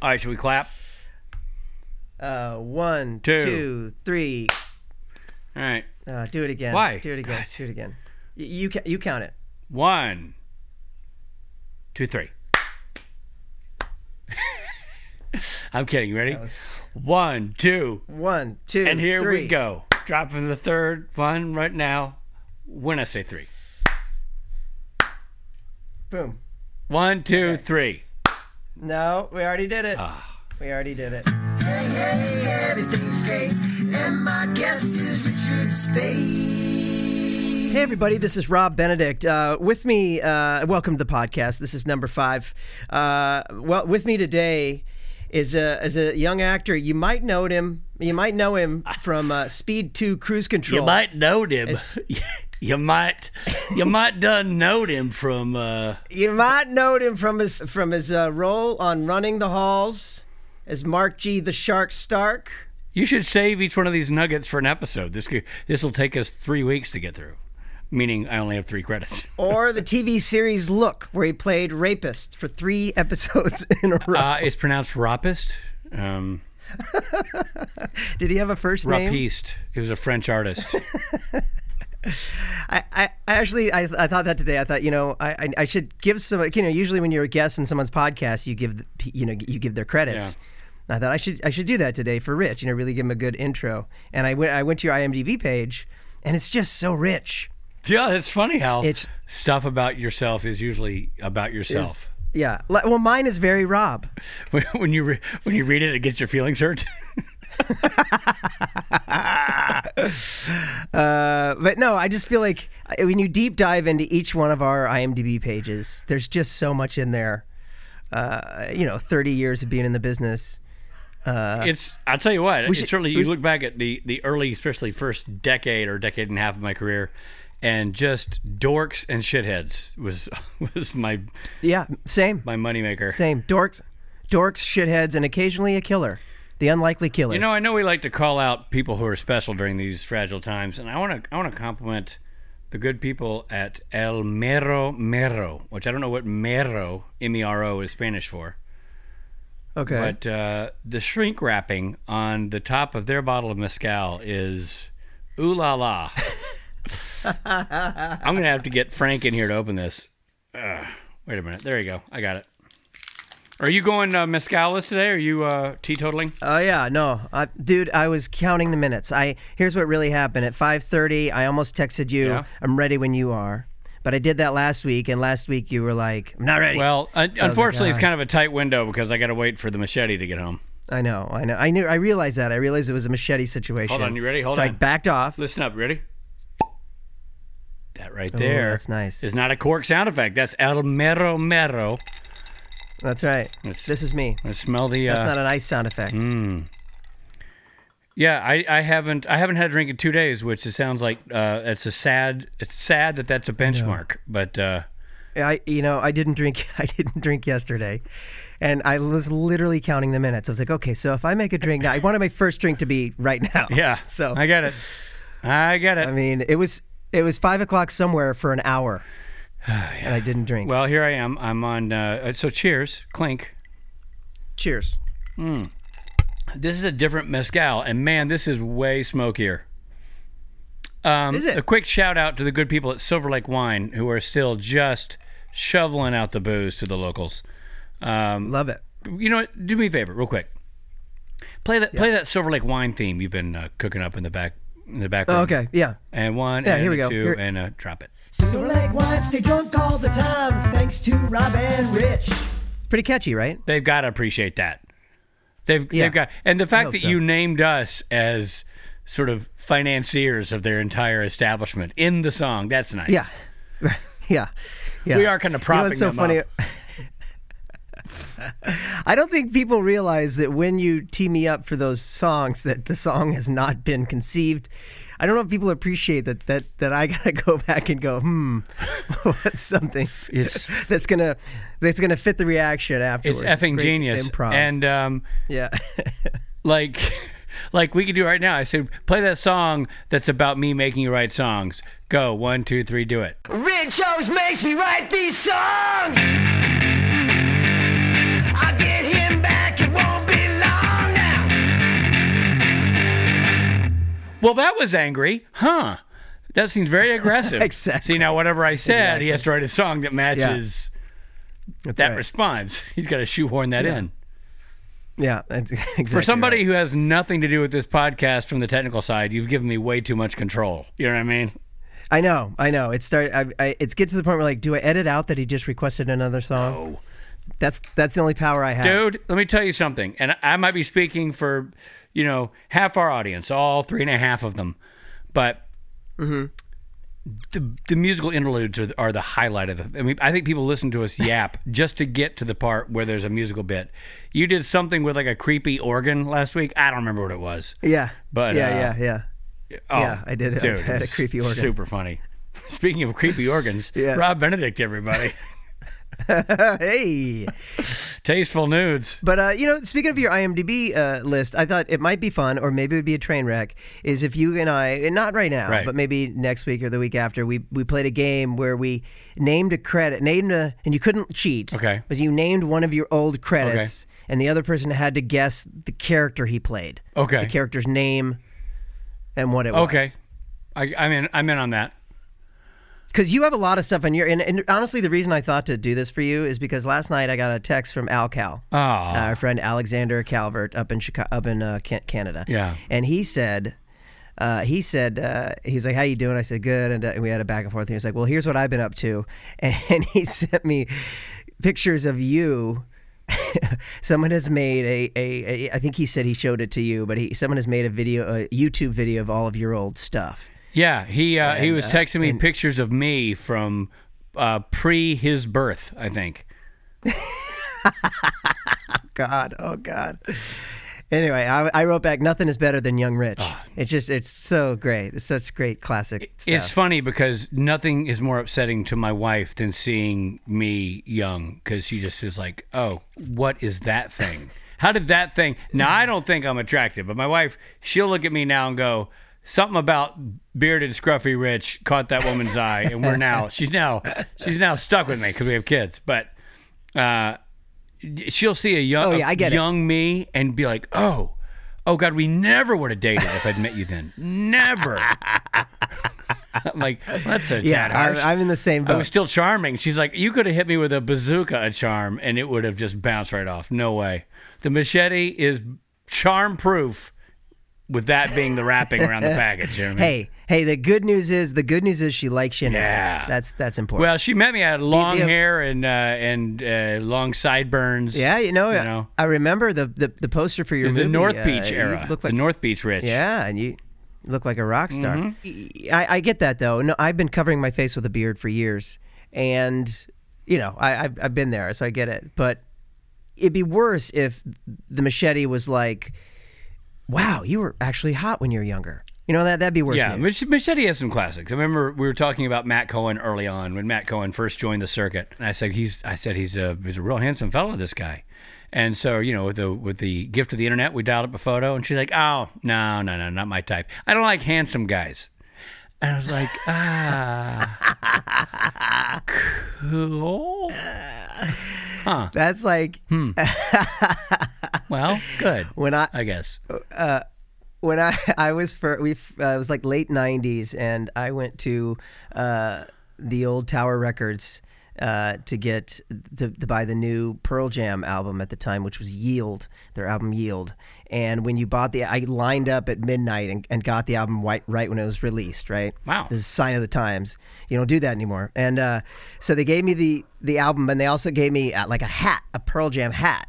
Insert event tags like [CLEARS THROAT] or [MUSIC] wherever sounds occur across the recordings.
All right, should we clap? Uh, one, Two. two, three. All right. Uh, do it again. Why? Do it again. God. Do it again. Y- you ca- you count it. One, two, three. [LAUGHS] I'm kidding. Ready? was- One, two, One, two, and here we three. go. Dropping the third one right now. When I say three. Boom. One, two, three. No, we already did it. Ah. We already did it. Hey, hey, everything's great. And my guest is Richard Spade. Hey, everybody, this is Rob Benedict. Uh, with me, uh, welcome to the podcast. This is number five. Uh, well, with me today is a, is a young actor. You might know him. You might know him from uh, Speed 2 Cruise Control. You might know him. It's- [LAUGHS] you might, [LAUGHS] you might done know him from. Uh, You might know him from his, from his uh, role on Running the Halls as Mark G. the Shark Stark. you should save each one of these nuggets for an episode. This could, this will take us three weeks to get through. Meaning, I only have three credits. Or the TV series Look, where he played rapist for three [LAUGHS] episodes in a row. Uh, it's pronounced rapist. Um, Did he have a first name? rapiste. He was a French artist. [LAUGHS] I, I I actually I, I thought that today. I thought you know I, I I should give some you know usually when you're a guest in someone's podcast you give the, p- you know you give their credits. I thought I should I should do that today for Rich. You know really give him a good intro. And I went I went to your IMDb page, and it's just so rich. yeah, it's funny how It's- stuff about yourself is usually about yourself. Yeah. Like, well, mine is very Rob. When, when you re- when you read it, it gets your feelings hurt. Uh, but no, I just feel like I- when you deep dive into each one of our IMDb pages, there's just so much in there. Uh, you know, 30 years of being in the business. [LAUGHS] it's I'll tell you what. It's should- certainly Uh, we- you look back at the the early, especially first decade or decade and a half of my career, and just dorks and shitheads was [LAUGHS] was my Yeah, same. my moneymaker. Same. Dorks, dorks, shitheads, and occasionally a killer. The unlikely killer. You know, I know we like to call out people who are special during these fragile times, and I want to I want to compliment the good people at El Mero Mero, which I don't know what Mero M E R O is Spanish for, okay. but uh, the shrink wrapping on the top of their bottle of mezcal is ooh la la. I'm gonna have to get Frank in here to open this. Ugh, wait a minute, there you go, I got it. Are you going uh, mezcalis today? Are you uh, teetotaling? oh yeah, no, I, dude, I was counting the minutes. I here's what really happened at 5:30. I almost texted you. Yeah. I'm ready when you are. But I did that last week, and last week you were like, "I'm not ready." Well, un- like, unfortunately, it's uh, kind of a tight window because I got to wait for the machete to get home. I know, I know, I knew, I realized that. I realized it was a machete situation. Hold on, you ready? Hold so I on. backed off. Listen up, ready? That right there. that's nice. Is not a cork sound effect. That's el mero mero. That's right. It's- Mm. This is me. I smell the. That's Uh, not an ice sound effect. yeah, I, I haven't I haven't had a drink in two days, which it sounds like uh, it's a sad. It's sad that that's a benchmark, but uh, I you know I didn't drink [LAUGHS] I didn't drink yesterday, and I was literally counting the minutes. I was like, okay, so if I make a drink now, I wanted my first drink to be right now. [LAUGHS] yeah. So I I, get it. I get it. mean, it was it was five o'clock somewhere for an [SIGHS] hour, and I didn't drink. well, here I am. I'm on. Uh, so cheers, clink. cheers. This is a different mezcal, and man, this is way smokier. Um, Is it? A quick shout out to the good people at Silver Lake Wine who are still just shoveling out the booze to the locals. Um, Love it. you know what? Do me a favor, real quick. Play that play that Silver Lake Wine theme you've been uh, cooking up in the back in the background. Oh, Okay, yeah. And one, Yeah, and here we go. two, Here- and uh, drop it. Silver Lake Wine, stay drunk all the time. Thanks to Rob and Rich. Pretty catchy, right? They've got to appreciate that. They've Yeah. they've got and the fact hope that so. you named us as sort of financiers of their entire establishment in the song that's nice. Yeah, [LAUGHS] yeah, yeah. We are kinda You know what's so propping funny? them [LAUGHS] I don't think people realize that when you tee me up for those songs, that the song has not been conceived. I don't know if people appreciate that that that I [LAUGHS] gotta go back and go, hmm, [LAUGHS] what's something It's- [LAUGHS] that's gonna that's gonna fit the reaction afterwards. it's effing great genius. improv. And um, yeah, [LAUGHS] like [LAUGHS] like we could do right now. I said play that song that's about me making you write songs. Go one two three do it. Rich always makes me write these songs. I get him back at Well, that was angry, huh? That seems [LAUGHS] very aggressive. Exactly. See now, whatever I said, he has to write a song that matches that right. response. [LAUGHS] He's got to shoehorn that in. Yeah, that's [LAUGHS] exactly. For somebody who has nothing to do with this podcast from the technical side, you've given me way too much control. You know what I mean? I know, I know. It start. I, I, it's get to the point where like, do I edit out that he just requested another song? No. That's that's the only power I have. Dude, let me tell you something. And I might be speaking for, you know, half our audience, all three and a half of them. But the, the musical interludes are the, are the highlight of the. I mean, I think people listen to us yap just to get to the part where there's a musical bit. You did something with like a creepy organ last week. I don't remember what it was. Yeah. But, yeah, uh, yeah, yeah. Oh, Yeah, I did. I Dude, had a it's creepy organ. Super funny. Speaking of creepy organs, [LAUGHS] Yeah. Rob Benedict, [LAUGHS] everybody. Hey. Tasteful nudes. But uh, you know, speaking of your IMDb uh, list, I thought it might be fun, or maybe it would be a train wreck. Is if you and I, and not right now, Right. but maybe next week or the week after, we we played a game where we named a credit, named a, and you couldn't cheat. Okay. But you named one of your old credits, and the other person had to guess the character he played. Okay. The character's name, and what it was. Okay. I, I'm in. I'm in on that. Because you have a lot of stuff on your, and, and honestly, the reason I thought to do this for you is because last night I got a text from Al Cal, uh, our friend Alexander Calvert up in Chicago, up in uh, Can- Canada. Yeah. and he said, uh, he said, uh, he's like, "How you doing?" I said, "Good," and, uh, we had a back and forth. And he was like, "Well, here's what I've been up to," [LAUGHS] and he sent me pictures of you. [LAUGHS] someone has made a, a, a. I think he said he showed it to you, but he someone has made a video, a YouTube video of all of your old stuff. Yeah, he uh, he was texting me pictures of me from uh, pre his birth, I think. God, oh God. Anyway, I, I wrote back. Nothing is better than Young Rich. Ah. It's just, it's so great. It's such great classic stuff. It's funny because nothing is more upsetting to my wife than seeing me young because she just is like, "Oh, what is that thing? How did that thing?" Now I don't think I'm attractive, but my wife she'll look at me now and go. Something about bearded, scruffy Rich caught that woman's eye, and we're [LAUGHS] now she's now she's now stuck with me because we have kids. But uh, she'll see a young, Oh, yeah, I get it. young me and be like, "Oh, oh God, we never would have dated if I'd met you then. [LAUGHS] Never." I'm like, "Well, that's a yeah, tad harsh. I'm, I'm in the same I boat. was still charming. She's like, "You could have hit me with a bazooka, a charm, and it would have just bounced right off. No way. The machete is charm proof." With that being the wrapping around the package. you know what I mean? hey, hey, the good news is, the good news is she likes you now. Yeah. That's, that's important. Well, she met me. I had long yeah. hair and uh, and uh, long sideburns. yeah, you know, you know. I remember the, the, the poster for your the movie. North uh, Beach you era. looked the like- North Beach Rich. Yeah, and you look like a rock star. Mm-hmm. I, I get that though. No, I've been covering my face with a beard for years, and you know I, I've, I've been there, so I get it. But it'd be worse if the machete was like, "Wow, you were actually hot when you were younger." You know that that'd be worse. Yeah, news. Mach- Machete has some classics. I remember we were talking about Matt Cohen early on when Matt Cohen first joined the circuit, and I said he's I said he's a he's a real handsome fellow, this guy. And so you know, with the with the gift of the internet, we dialed up a photo, and she's like, "Oh no, no, no, not my type. I don't like handsome guys." And I was like, "Ah, cool. that's like Hmm. Well, good. when I I guess." when I [LAUGHS] I was for we uh, it was like late '90s, and I went to uh, the old Tower Records uh, to get to, to buy the new Pearl Jam album at the time, which was Yield, their album Yield. And when you bought the, I lined up at midnight and, and got the album right, right when it was released. Right? Wow. This is a sign of the times. You don't do that anymore. And uh, so they gave me the the album, and they also gave me uh, like a hat, a Pearl Jam hat.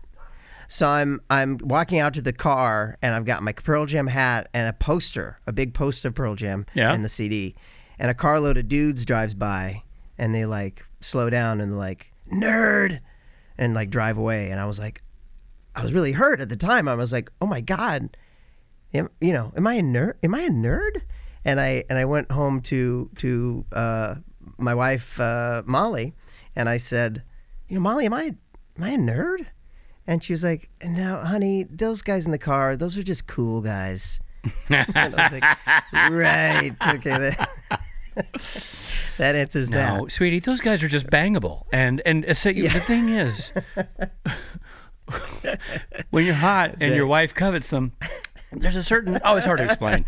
So I'm I'm walking out to the car and I've got my Pearl Jam hat and a poster, a big poster of Pearl Jam Yeah. and the CD. And a carload of dudes drives by and they like slow down and they're like, nerd and like drive away. And I was like I was really hurt at the time. I was like, oh my God. Am, you know, am I a nerd? Am I a nerd? And I and I went home to to uh, my wife uh, Molly, and I said, you know, Molly, am I am I a nerd? And she was like, no, honey, those guys in the car, those are just cool guys. and I was like, right, okay, that, [LAUGHS] that answers that. No, Oh, sweetie, those guys are just bangable. And and uh, so the thing [LAUGHS] is, [LAUGHS] when you're hot and your wife covets them, there's a certain. Oh, it's hard to explain.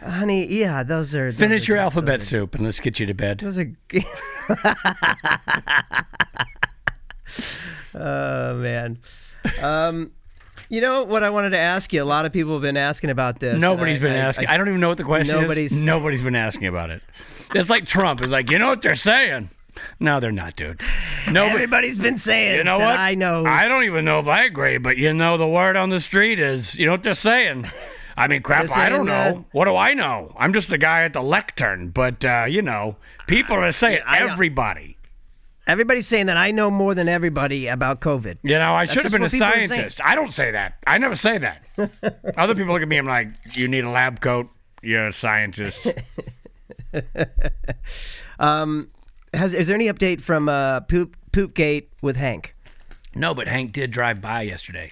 honey. Yeah, those are. those Finish are your just- alphabet soup and let's get you to bed. Those are. g- [LAUGHS] oh man, um, you know what I wanted to ask you. A lot of people have been asking about this. and Nobody's I- been I- asking. I- I, don't even know what the question Nobody's- is. [LAUGHS] Nobody's been asking about it. It's like Trump is like, you know what they're saying? No, they're not, [LAUGHS] dude. Nobody. Everybody's been saying. You know that what? I know. I don't even know if I agree, but you know the word on the street is you know what they're [LAUGHS] saying. I mean, crap, They're I don't saying know. that- What do I know? I'm just the guy at the lectern, but uh, you know, people are saying I- everybody. Everybody's saying that I know more than everybody about COVID. You know, I should have just been a what people are saying. scientist. I don't say that. I never say [LAUGHS] that. Other people look at me and I'm like, you need a lab coat. You're a scientist. Has is there any update from uh, poop Poopgate with Hank? No, but Hank did drive by yesterday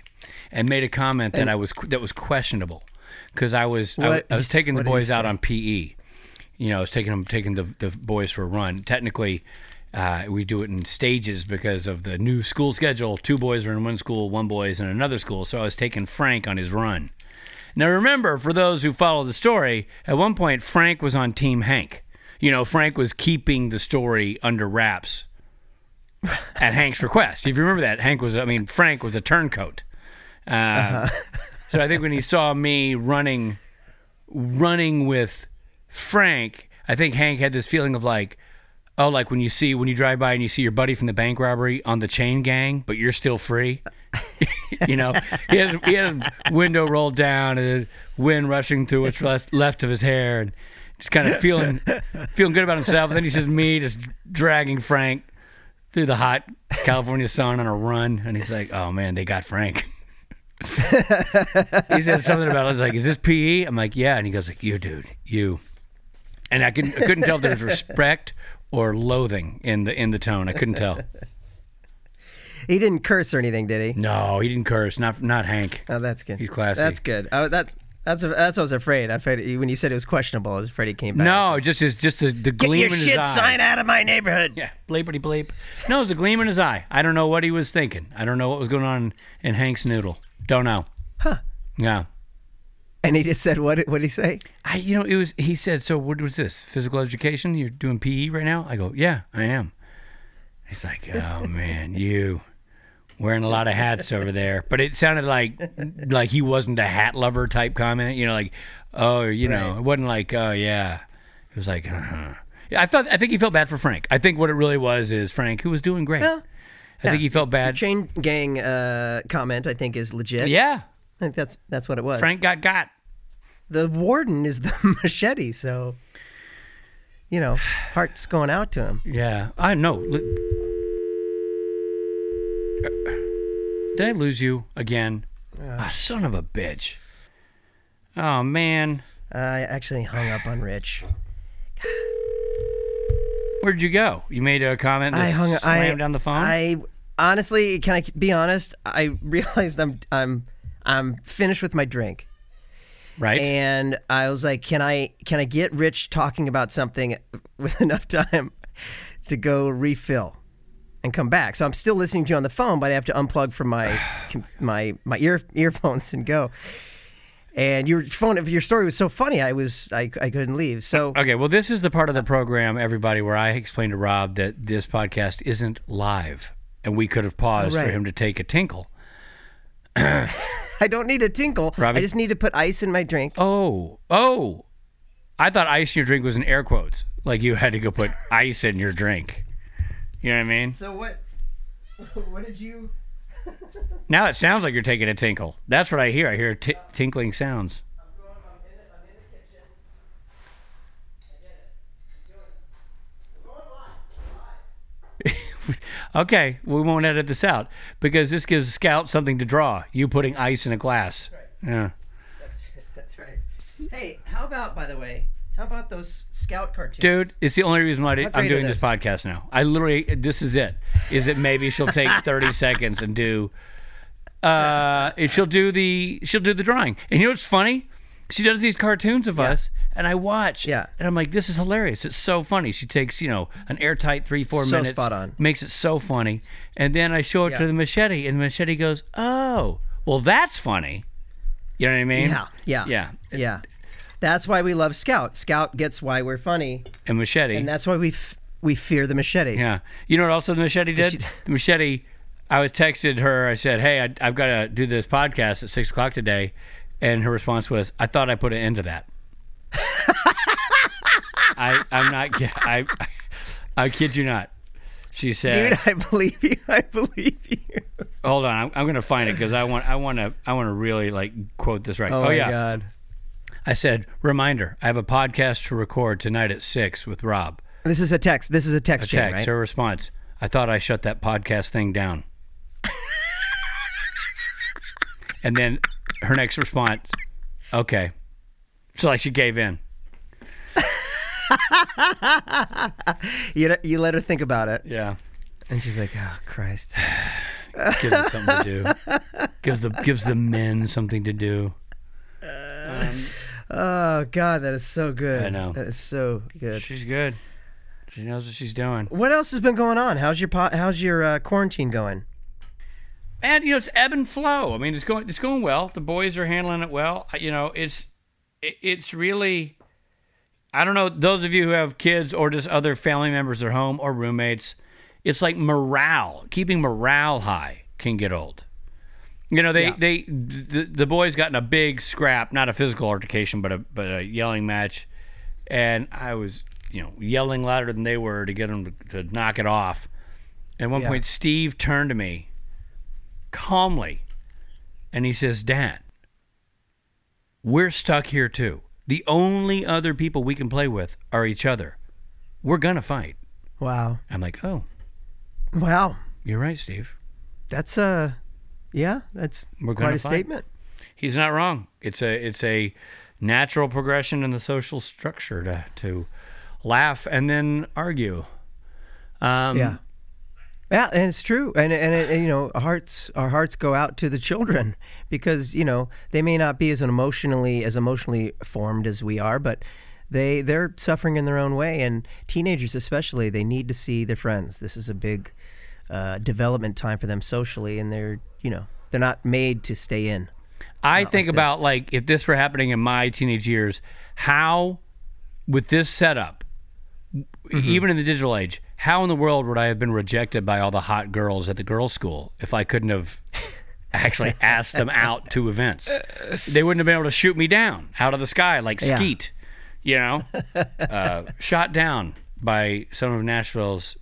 and made a comment that I was that was questionable because I was I, What- I was taking the what did he boys out on PE. You know, I was taking them taking the the boys for a run. Technically, uh, we do it in stages because of the new school schedule. Two boys are in one school, one boy is in another school. So I was taking Frank on his run. Now remember, for those who follow the story, at one point Frank was on Team Hank. You know, Frank was keeping the story under wraps at Hank's request. If you remember that, Hank was, I mean, Frank was a turncoat. Uh, [LAUGHS] so I think when he saw me running, running with Frank, I think Hank had this feeling of like, oh, like when you see, when you drive by and you see your buddy from the bank robbery on the chain gang, but you're still free. [LAUGHS] you know, he had, he had a window rolled down and the wind rushing through what's left, left of his hair and just kind of feeling, feeling good about himself. And then he says, me just dragging Frank through the hot California sun on a run, and he's like, "Oh man, they got Frank." [LAUGHS] he said something about, "I was like, is this PE?" I'm like, "Yeah," and he goes like, "You dude, you," and I couldn't, I couldn't tell if there was respect or loathing in the in the tone. I couldn't tell. He didn't curse or anything, did he? No, he didn't curse. Not not Hank. Oh, that's good. He's classy. That's good. Oh, that that's that's what I was afraid. I afraid when you said it was questionable, I was afraid he came back. No, just his just the, the get gleam your in his shit eye. sign out of my neighborhood. Yeah, bleepity bleep. No, it was the gleam in his eye. I don't know what he was thinking. I don't know what was going on in Hank's noodle. Don't know. Huh. Yeah. And he just said, "What? What did he say?" I, you know, it was. He said, "So what was this? Physical education? You're doing PE right now?" I go, "Yeah, I am." He's like, "Oh man, you wearing a lot of hats over there." But it sounded like like he wasn't a hat lover type comment. You know, like, "Oh, you know," it wasn't like, "Oh yeah." It was like, "Uh huh." I thought. I think he felt bad for Frank. I think what it really was is Frank, who was doing great. Well, I think he felt bad. Chain gang uh, comment, I think, is legit. Yeah, I think that's that's what it was. Frank got got. the warden is the [LAUGHS] machete, so you know, heart's going out to him. Yeah, I know. Li- uh, Did I lose you again? Ah, son of a bitch. Oh man, I actually hung up on Rich. where'd you go? You made a comment. That I hung. up. I Slammed down the phone. I honestly, can I be honest? I [LAUGHS] realized I'm I'm I'm finished with my drink, right. and I was like, can I can I get Rich talking about something [LAUGHS] with enough time to go refill and come back? So I'm still listening to you on the phone, but I have to unplug from my [SIGHS] com- my my ear earphones and go. And your phone, your story was so funny. I was I, I couldn't leave. So okay. Well, this is the part of the program, everybody, where I explained to Rob that this podcast isn't live, and we could have paused right. for him to take a tinkle. [LAUGHS] I don't need a tinkle. Robbie? I just need to put ice in my drink. Oh, oh! I thought ice in your drink was in air quotes, like you had to go [LAUGHS] put ice in your drink. You know what I mean? So what? [LAUGHS] What did you? Now it sounds like you're taking a tinkle. That's what I hear. I hear t- tinkling sounds. [LAUGHS] okay, we won't edit this out because this gives Scout something to draw. You putting ice in a glass. Yeah. That's [LAUGHS] that's right. Hey, how about by the way? How about those scout cartoons? Dude, it's the only reason why I- great I'm are doing this those? podcast now. I literally, this is it. Is that maybe she'll [LAUGHS] take 30 seconds and do, uh, and she'll do the she'll do the drawing. And you know what's funny? She does these cartoons of us, and I watch. Yeah. And I'm like, this is hilarious. It's so funny. She takes you know an airtight three four So minutes, spot on. makes it so funny. And then I show it to Yeah. the machete, and the machete goes, oh, well that's funny. You know what I mean? Yeah, yeah, Yeah. yeah. That's why we love Scout. Scout gets why we're funny, and machete. and that's why we f- we fear the machete. yeah. You know what? Also, the machete did. she- the machete. I was texted her. I said, "Hey, I, I've got to do this podcast at six o'clock today," and her response was, "I thought I put an end to [LAUGHS] that." I I'm not. ki- I I kid you not. She said, Dude, I believe you. I believe you. "Hold on, I'm, I'm going to find it because I want I want to I want to really like quote this right." Oh, my yeah, god. I said, "Reminder: I have a podcast to record tonight at six with Rob." This is a text. This is a text chain, Text right? her response. I thought I shut that podcast thing down. and then her next response, okay. So like she gave in. You you let her think about it, Yeah. and she's like, "Oh Christ." Gives them something to do. Gives the gives the men something to do. Um, [SIGHS] Oh God, that is so good. I know. That is so good. she's good. She knows what she's doing. What else has been going on? How's your po- how's your uh, quarantine going? and you know it's ebb and flow. I mean, it's going it's going well. The boys are handling it well. I- You know, it's it, it's really I don't know those of you who have kids or just other family members at home or roommates. It's like morale. Keeping morale high can get old. You know, they they the, the boys got in a big scrap, not a physical altercation, but a but a yelling match, and I was you know yelling louder than they were to get them to, to knock it off. At one Yeah. point, Steve turned to me calmly, and he says, "Dad, we're stuck here too. The only other people we can play with are each other. We're gonna fight." Wow. I'm like, "Oh, Wow. you're right, Steve. That's uh yeah, that's We're quite gonna a fight. statement. he's not wrong. It's a it's a natural progression in the social structure to to laugh and then argue. Um, Yeah. Yeah, and it's true, and and, it, and you know, our hearts our hearts go out to the children [LAUGHS] because you know they may not be as an emotionally as emotionally formed as we are, but they they're suffering in their own way, and teenagers especially they need to see their friends. This is a big uh, development time for them socially, and they're you know they're not made to stay in. I think about like if this were happening in my teenage years, how with this setup, even in the digital age, how in the world would I have been rejected by all the hot girls at the girls' school if I couldn't have actually asked them out to events? They wouldn't have been able to shoot me down out of the sky like Yeah. Skeet, you know, uh, shot down by some of Nashville's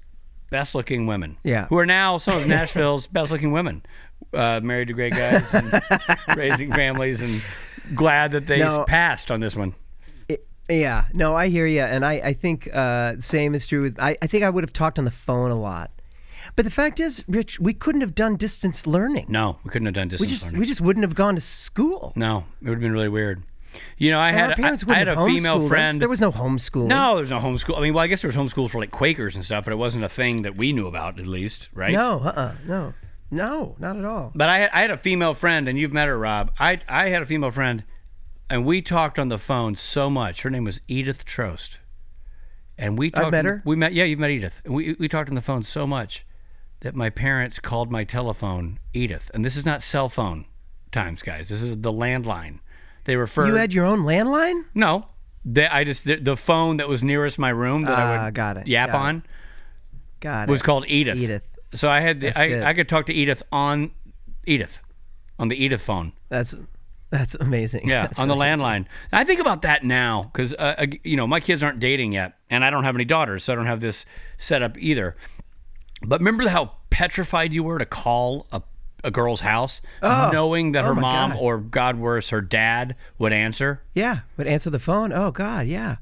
best-looking women. Yeah. who are now some of Nashville's best-looking women, uh, married to great guys [LAUGHS] and raising families, and glad that they No. passed on this one. Yeah, no, I hear you, and I I think uh, same is true. With, I I think I would have talked on the phone a lot, but the fact is, Rich, we couldn't have done distance learning. No, we couldn't have done we distance just learning. we just wouldn't have gone to school. No, it would have been really weird. You know, I And had our parents I, I wouldn't had have a female homeschooled friend. us. There was no homeschooling. no, there's no homeschool. I mean, well, I guess there was homeschool for like Quakers and stuff, but it wasn't a thing that we knew about, at least, right? no, uh, uh no, no, not at all. But I had, I had a female friend, and you've met her, Rob. I I had a female friend, and we talked on the phone so much. Her name was Edith Trost, and we talked. met on the- her. We met. Yeah, you've met Edith. And we we talked on the phone so much that my parents called my telephone Edith, and this is not cell phone times, guys. This is the landline. They refer. You had your own landline. No, they, I just the, the phone that was nearest my room that I Ah, would got it, yap got it. on God, was called Edith. Edith. So I had the, good. I, I could talk to Edith on Edith on the Edith phone. That's that's amazing. Yeah, [LAUGHS] That's on the amazing. landline. I think about that now because uh, ag- you know my kids aren't dating yet, and I don't have any daughters, so I don't have this set up either. But remember how petrified you were to call a, a girl's house, knowing that her Oh. my mom God. or God worse, her dad would answer. Yeah, would answer the phone. Oh God, yeah.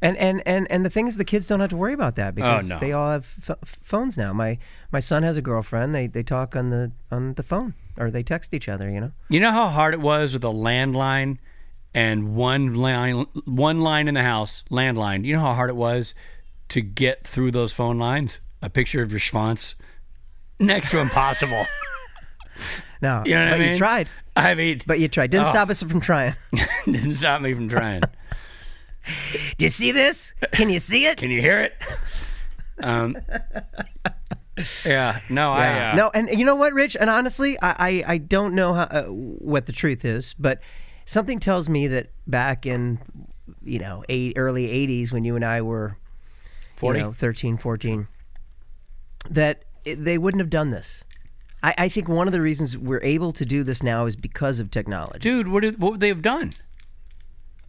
And and and and the thing is, the kids don't have to worry about that because Oh, no. they all have ph phones now. My my son has a girlfriend. They they talk on the on the phone or they text each other. You know. You know how hard it was with a landline and one line, one line in the house, landline. You know how hard it was to get through those phone lines. A picture of your schwanz, next to impossible. No, You know what but I mean? you tried. I mean, [LAUGHS] But you tried. Didn't Oh. stop us from trying. [LAUGHS] didn't stop me from trying. Do you see this? Can you see it? Can you hear it? [LAUGHS] Um, yeah. No, I. Uh, no, and you know what, Rich? And honestly, I, I, I don't know how, uh, what the truth is, but something tells me that back in you know eight, early 80s when you and i were 40? you know 13 14 that it, they wouldn't have done this I, I think one of the reasons we're able to do this now is because of technology dude. What did, what would they have done?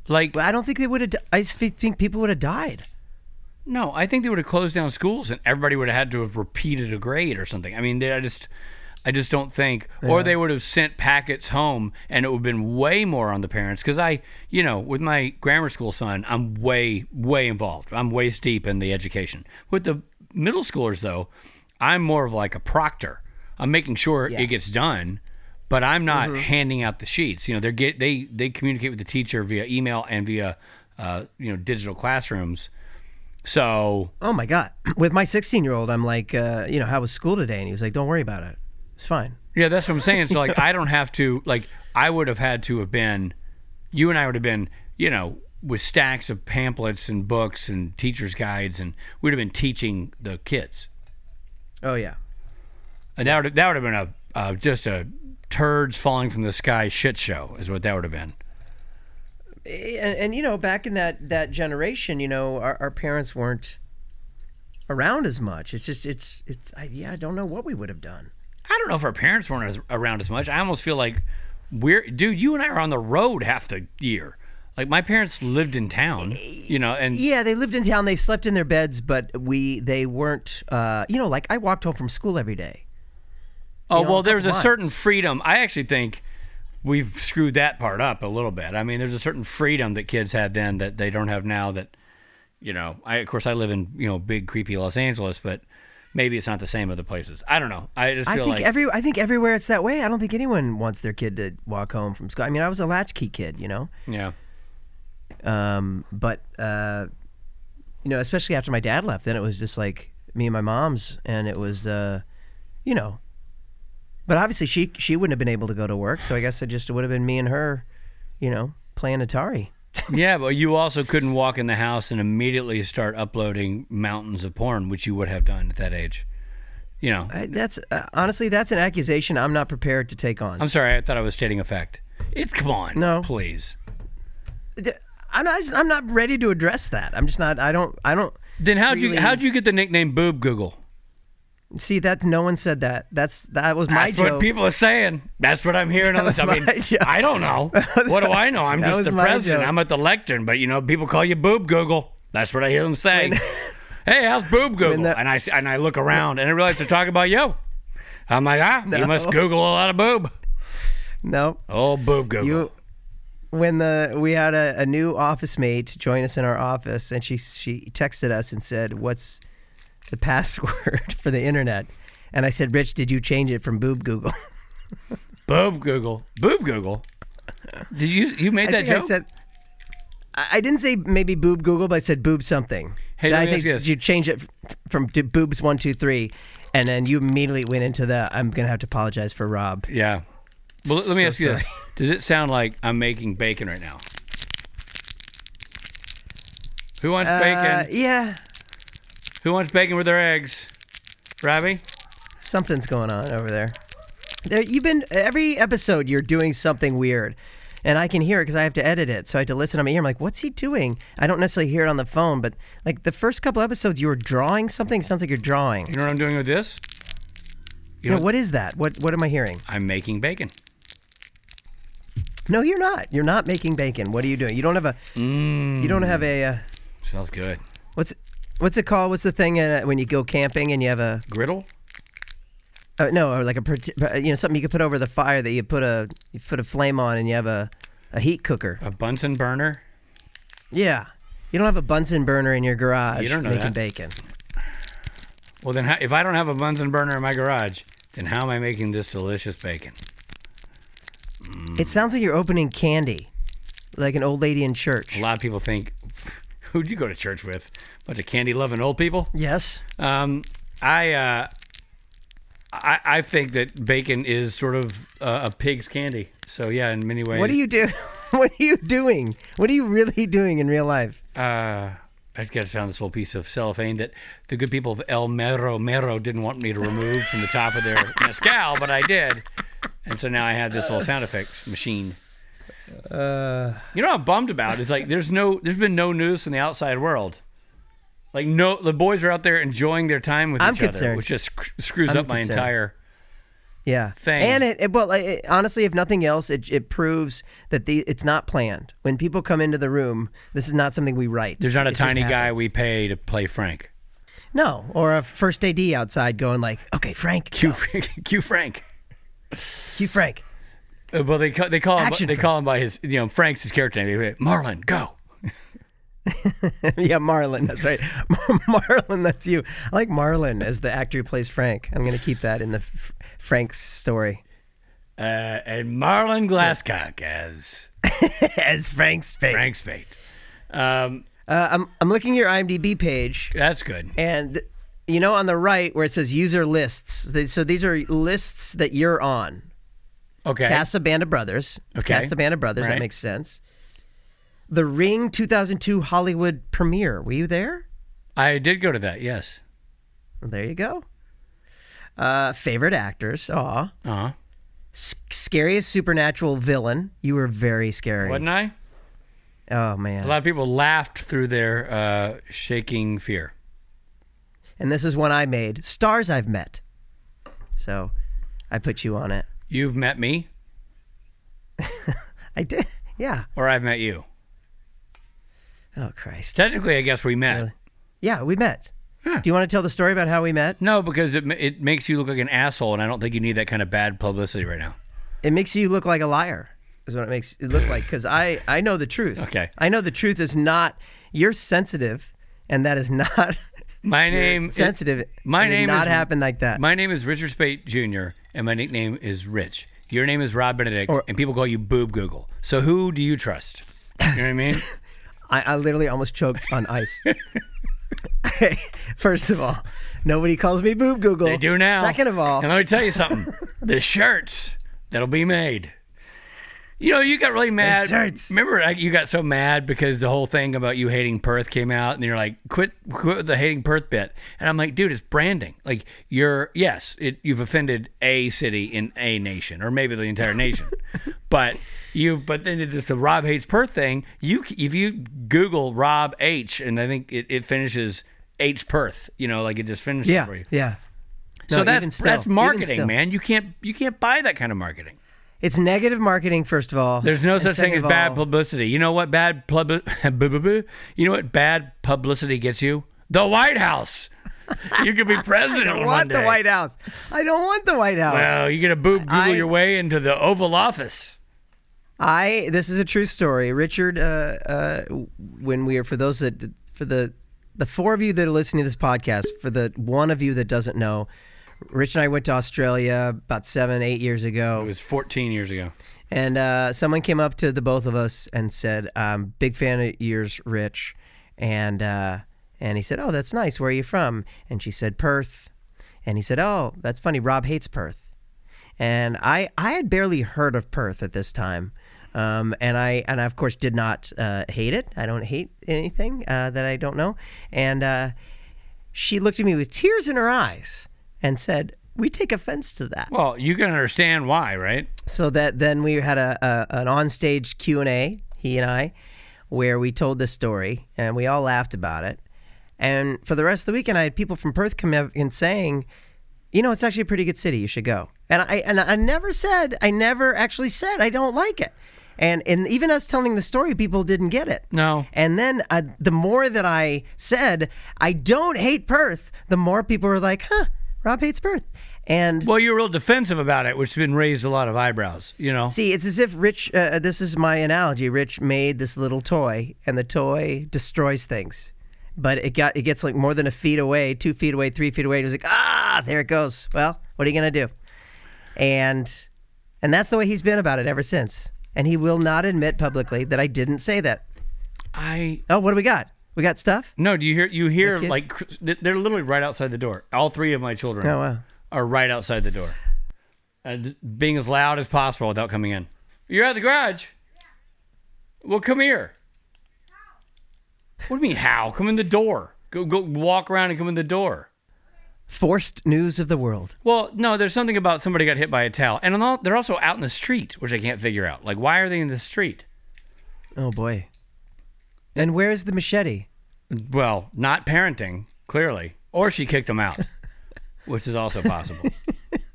Like But I don't think they would have. di- I just think people would have died. no, I think they would have closed down schools and everybody would have had to have repeated a grade or something. I mean, they, I just I just don't think. Or they would have sent packets home and it would have been way more on the parents because I, you know, with my grammar school son, I'm way way involved. I'm waist deep in the education. With the middle schoolers though, I'm more of like a proctor. I'm making sure it gets done. but I'm not handing out the sheets. You know, they get they they communicate with the teacher via email and via uh, you know digital classrooms. So Oh my god! [CLEARS THROAT] With my 16 year old, I'm like, uh, you know, how was school today? And he was like, don't worry about it. It's fine. yeah, that's what I'm saying. So like, I don't have to like I would have had to have been you and I would have been you know with stacks of pamphlets and books and teachers guides and we'd have been teaching the kids. Oh yeah. And that would that would have been a uh, just a turds falling from the sky shit show is what that would have been. And, and you know, back in that that generation, you know, our, our parents weren't around as much. It's just, it's, it's. I, yeah, I don't know what we would have done. I don't know if our parents weren't as, around as much. I almost feel like we're, dude, you and I are on the road half the year. Like my parents lived in town, you know, and Yeah, they lived in town. They slept in their beds, but we they weren't. Uh, you know, like I walked home from school every day. oh you know, well, a there's a couple certain freedom. I actually think we've screwed that part up a little bit. I mean, there's a certain freedom that kids had then that they don't have now. That you know, I of course I live in you know big creepy Los Angeles, but maybe it's not the same other places. I don't know. I just I feel think like every I think everywhere it's that way. I don't think anyone wants their kid to walk home from school. I mean, I was a latchkey kid, you know. yeah. Um, but uh, you know, especially after my dad left, then it was just like me and my mom's, and it was, uh, you know. But obviously, she she wouldn't have been able to go to work, so I guess it just would have been me and her, you know, playing Atari. Yeah, but you also couldn't walk in the house and immediately start uploading mountains of porn, which you would have done at that age. You know, I, that's uh, honestly, that's an accusation I'm not prepared to take on. I'm sorry, I thought I was stating a fact. It come on, No. please. D- I'm not, I'm not ready to address that. I'm just not. I don't. I don't Then how'd you Really? how'd you get the nickname Boob Google? see that. No one said that. That's that was my That's joke. what people are saying. That's what I'm [LAUGHS] hearing. on this. I was mean, my joke. I don't [LAUGHS] know. What do I know? I'm That just was the my president. joke. I'm at the lectern, but you know, people call you Boob Google. That's what I hear them saying. [LAUGHS] hey, how's Boob Google? that- and I and I look around and I realize they're talking about you. I'm like, ah, you must Google a lot of boob. no. Oh, boob Google. You, when the we had a, a new office mate join us in our office, and she she texted us and said, "What's the password [LAUGHS] for the internet?" And I said, "Rich, did you change it from boob Google?" boob Google. Boob Google. Did you you made I that think I joke? said. I I didn't say maybe boob Google, but I said boob something. Hey, let I me ask think you this. you change it f- from to boobs one two three, and then you immediately went into the. I'm gonna have to apologize for Rob. yeah. Well, let me So ask you this: Does it sound like I'm making bacon right now? Who wants Uh, bacon? yeah, Who wants bacon with their eggs? Robbie. Something's going on over there. there you've been every episode you're doing something weird. And I can hear it because I have to edit it. So I have to listen on my ear. I'm like, what's he doing? I don't necessarily hear it on the phone, but like the first couple episodes, you were drawing something. It sounds like you're drawing. You know what I'm doing with this? You know, what is that? What What am I hearing? I'm making bacon. No, you're not. You're not making bacon. What are you doing? You don't have a. You don't have a. Uh, Smells good. what's What's it called? What's the thing uh, when you go camping and you have a Griddle. uh, no or like a prote- you know something you could put over the fire that you put a you put a flame on and you have a a heat cooker. A Bunsen burner. Yeah. You don't have a Bunsen burner in your garage You don't know that. making bacon. Well, then, how, if I don't have a Bunsen burner in my garage, then how am I making this delicious bacon? Mm. It sounds like you're opening candy, like an old lady in church. A lot of people think, who'd you go to church with? Bunch of candy loving old people. Yes. Um, I, uh, I I think that bacon is sort of uh, a pig's candy. So yeah, in many ways. What are you do? [LAUGHS] what are you doing? What are you really doing in real life? Uh, I just got found this little piece of cellophane that the good people of El Mero Mero didn't want me to remove from the top [LAUGHS] of their mezcal, but I did, and so now I have this little sound effects machine. Uh, you know what I'm bummed about is like there's no there's been no news from the outside world. Like no, the boys are out there enjoying their time with I'm each other, concerned. which just sc- screws I'm up my concerned. entire. Yeah. thing. And it, it well, it, honestly, if nothing else, it, it proves that the it's not planned. When people come into the room, this is not something we write. There's not a It just tiny guy happens. we pay to play [LAUGHS] Frank. no, or a first AD outside going like, okay, Frank, Q Frank. Q Frank. cue Frank. Uh, well, they ca- they call him, Action they Frank. call him by his you know Frank's his character name. They go, Marlon, go. [LAUGHS] yeah, Marlon. That's right. [LAUGHS] Marlon, that's you. I like Marlon as the actor who plays Frank. I'm going to keep that in the F- Frank's story. Uh, and Marlon Glasscock as as Frank's fate. Frank's fate. Um, Uh, I'm, I'm looking at your IMDb page, that's good. and you know, on the right where it says user lists, they, so these are lists that you're on. Okay. Cast a Band of Brothers. Okay. Cast a Band of Brothers. Right. That makes sense. The Ring 2002 Hollywood premiere. Were you there? I did go to that. Yes. Well, there you go. Uh, favorite actors. Aw. Uh huh. S- scariest supernatural villain. You were very scary. Wasn't I? Oh, A man. lot of people laughed through their uh, shaking fear. And this is one I made Stars I've Met. So I put you on it. You've met me, I did. [LAUGHS] Yeah. or I've met you. Oh, Christ. Technically, I guess we met. Yeah, we met. Do you want to tell the story about how we met? No, because it ma- it makes you look like an asshole, and I don't think you need that kind of bad publicity right now. It makes you look like a liar. Is what it makes it look like because I I know the truth. Okay. I know the truth is not. You're sensitive, and that is not My name is- [LAUGHS] sensitive. my It did name not is- happen like that. my name is Richard Spate Jr. and my nickname is Rich. Your name is Rob Benedict, Or- and people call you Boob Google. So who do you trust? You know what I [LAUGHS] mean? I, I literally almost choked on ice. [LAUGHS] First of all, nobody calls me boob Google. They do now. Second of all, and let me tell you [LAUGHS] something: the shirts that'll be made. You know, you got really mad. shirts. Remember, like, you got so mad because the whole thing about you hating Perth came out, and you're like, "Quit, quit with the hating Perth bit." And I'm like, "Dude, it's branding. Like, you're yes, it, you've offended a city in a nation, or maybe the entire nation, [LAUGHS] but you. But then it's the Rob hates Perth thing. You, c- if you Google Rob H, and I think it, it finishes H Perth. You know, like it just finishes yeah, for you. yeah. No, So even that's still, that's even marketing, still. man. You can't you can't buy that kind of marketing. It's negative marketing. First of all, There's no and such thing second as of bad all- publicity. You know what bad pub- [LAUGHS] boo, boo, boo. you know what bad publicity gets you? The White House. [LAUGHS] You could be president [LAUGHS] I one want the day. White House. I don't want the White House. Well, you're gonna boob Google I- your way into the Oval Office. I this is a true story. Richard, uh, uh, when we are for those that for the the four of you that are listening to this podcast, for the one of you that doesn't know, Rich and I went to Australia about seven, eight years It ago, was 14 years ago. and uh, someone came up to the both of us and said, "I'm big fan of yours, Rich," and uh, and he said, "Oh, that's nice. Where are you from?" And she said, "Perth," and he said, "Oh, that's funny. Rob hates Perth." and I I had barely heard of Perth at this time, um, and I and I of course did not uh, hate it. I don't hate anything uh, that I don't know. And uh, she looked at me with tears in her eyes and said, "We take offense to that." Well, you can understand why, right? So that then we had a, a an onstage Q and A, he and I, where we told this story and we all laughed about it. And for the rest of the weekend, I had people from Perth come up and saying, "You know, it's actually a pretty good city. You should go." And I and I never said, I never actually said I don't like it. And and even us telling the story, people didn't get it. No. And then uh, the more that I said I don't hate Perth, the more people were like, "Huh, Rob hates Perth." And Well, you're real defensive about it, which has been raised a lot of eyebrows. You know. See, it's as if Rich, uh, this is my analogy. Rich made this little toy, and the toy destroys things. But it got it gets like more than a feet away, two feet away, three feet away. And it was like, ah, there it goes. Well, what are you gonna do? And and that's the way he's been about it ever since. And he will not admit publicly that I didn't say that. I Oh, what do we got? We got stuff. no. Do you hear? You hear kids? like cr- they're literally right outside the door. All three of my children. Oh wow. are right outside the door, and being as loud as possible without coming in. You're at the garage. Well, come here. What do you mean how? Come in the door. Go go walk around and come in the door. Forced news of the world. Well, no, there's something about somebody got hit by a towel, and al- they're also out in the street, which I can't figure out. Like, why are they in the street? Oh boy. And where is the machete? Well, not parenting, clearly, or she kicked them out, which is also possible.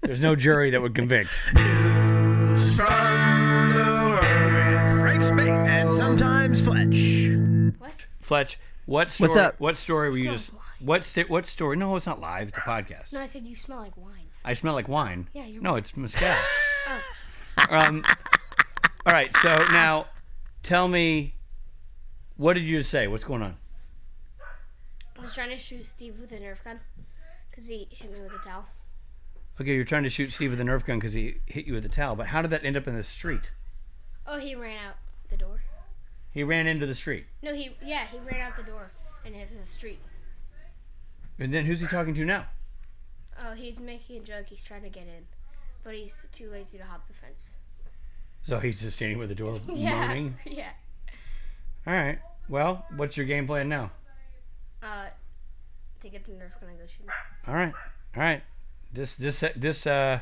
There's no jury that would convict. From the world. Frank Spain and sometimes Fletch. What? Fletch, what story? up? What story were you Smells just? wine. Uh, What st- what story? No, it's not live. It's a podcast. No, I said you smell like wine. I smell like wine. Yeah, you're Oh. no, it's [LAUGHS] mezcal. [LAUGHS] um, all right. So now, tell me, what did you say? What's going on? I was trying to shoot Steve with a Nerf gun because he hit me with a towel. Okay, you're trying to shoot Steve with a Nerf gun because he hit you with a towel. But how did that end up in the street? Oh, he ran out the door. He ran into the street. No, he yeah, he ran out the door and into the street. And then who's he talking to now? Oh, he's making a joke. He's trying to get in, but he's too lazy to hop the fence. So he's just standing with the door [LAUGHS] Yeah, moaning. yeah. All right. Well, what's your game plan now? Uh, to get the Nerf gun and go shoot. him. All right. All right. This this this uh